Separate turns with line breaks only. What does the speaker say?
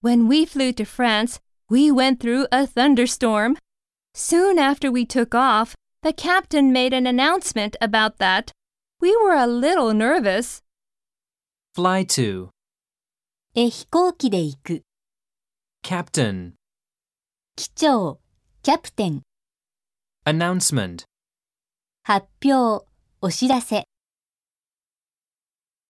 When we flew to France, we went through a thunderstorm. Soon after we took off, the captain made an announcement about that. We were a little nervous.
Fly to.
え、飛行機で行く。
Captain.
機長、キャプテン、
Announcement.
発表、お知らせ。